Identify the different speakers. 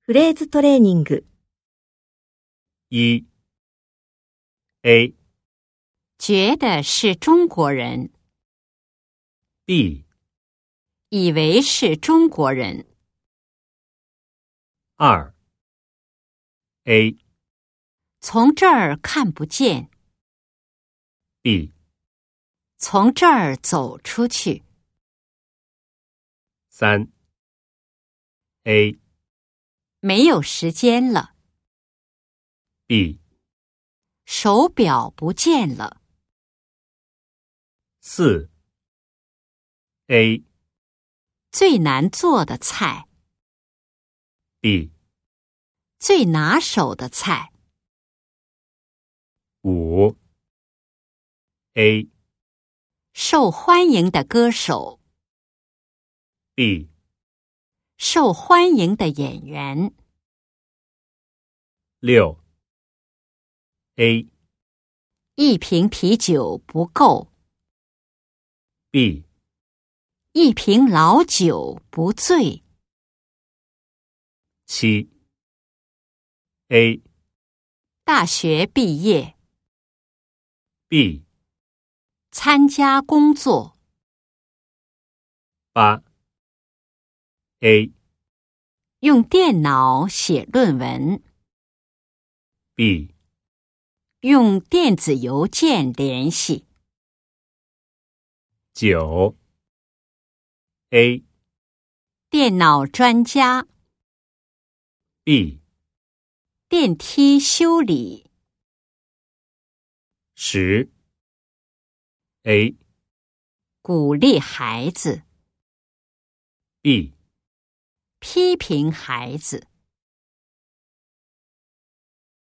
Speaker 1: フレーズトレーニング
Speaker 2: 一 A
Speaker 3: 觉得是中国人，
Speaker 2: B
Speaker 3: 以为是中国人。
Speaker 2: 二 A
Speaker 3: 从这儿看不见，
Speaker 2: B
Speaker 3: 从这儿走出去。
Speaker 2: 三 A
Speaker 3: 没有时间了，
Speaker 2: B
Speaker 3: 手表不见了，
Speaker 2: 四 A
Speaker 3: 最难做的菜，
Speaker 2: B
Speaker 3: 最拿手的菜。
Speaker 2: 五 A
Speaker 3: 受欢迎的歌手，
Speaker 2: B
Speaker 3: 受欢迎的演员，
Speaker 2: 六 A
Speaker 3: 一瓶啤酒不够，
Speaker 2: B
Speaker 3: 一瓶老酒不醉，
Speaker 2: 七 A
Speaker 3: 大学毕业，
Speaker 2: B
Speaker 3: 参加工作，
Speaker 2: 八 A
Speaker 3: 用电脑写论文，
Speaker 2: B
Speaker 3: 用电子邮件联系，
Speaker 2: 九 A
Speaker 3: 电脑专家，
Speaker 2: B
Speaker 3: 电梯修理，
Speaker 2: 十 A
Speaker 3: 鼓励孩子，
Speaker 2: B
Speaker 3: 批评孩子。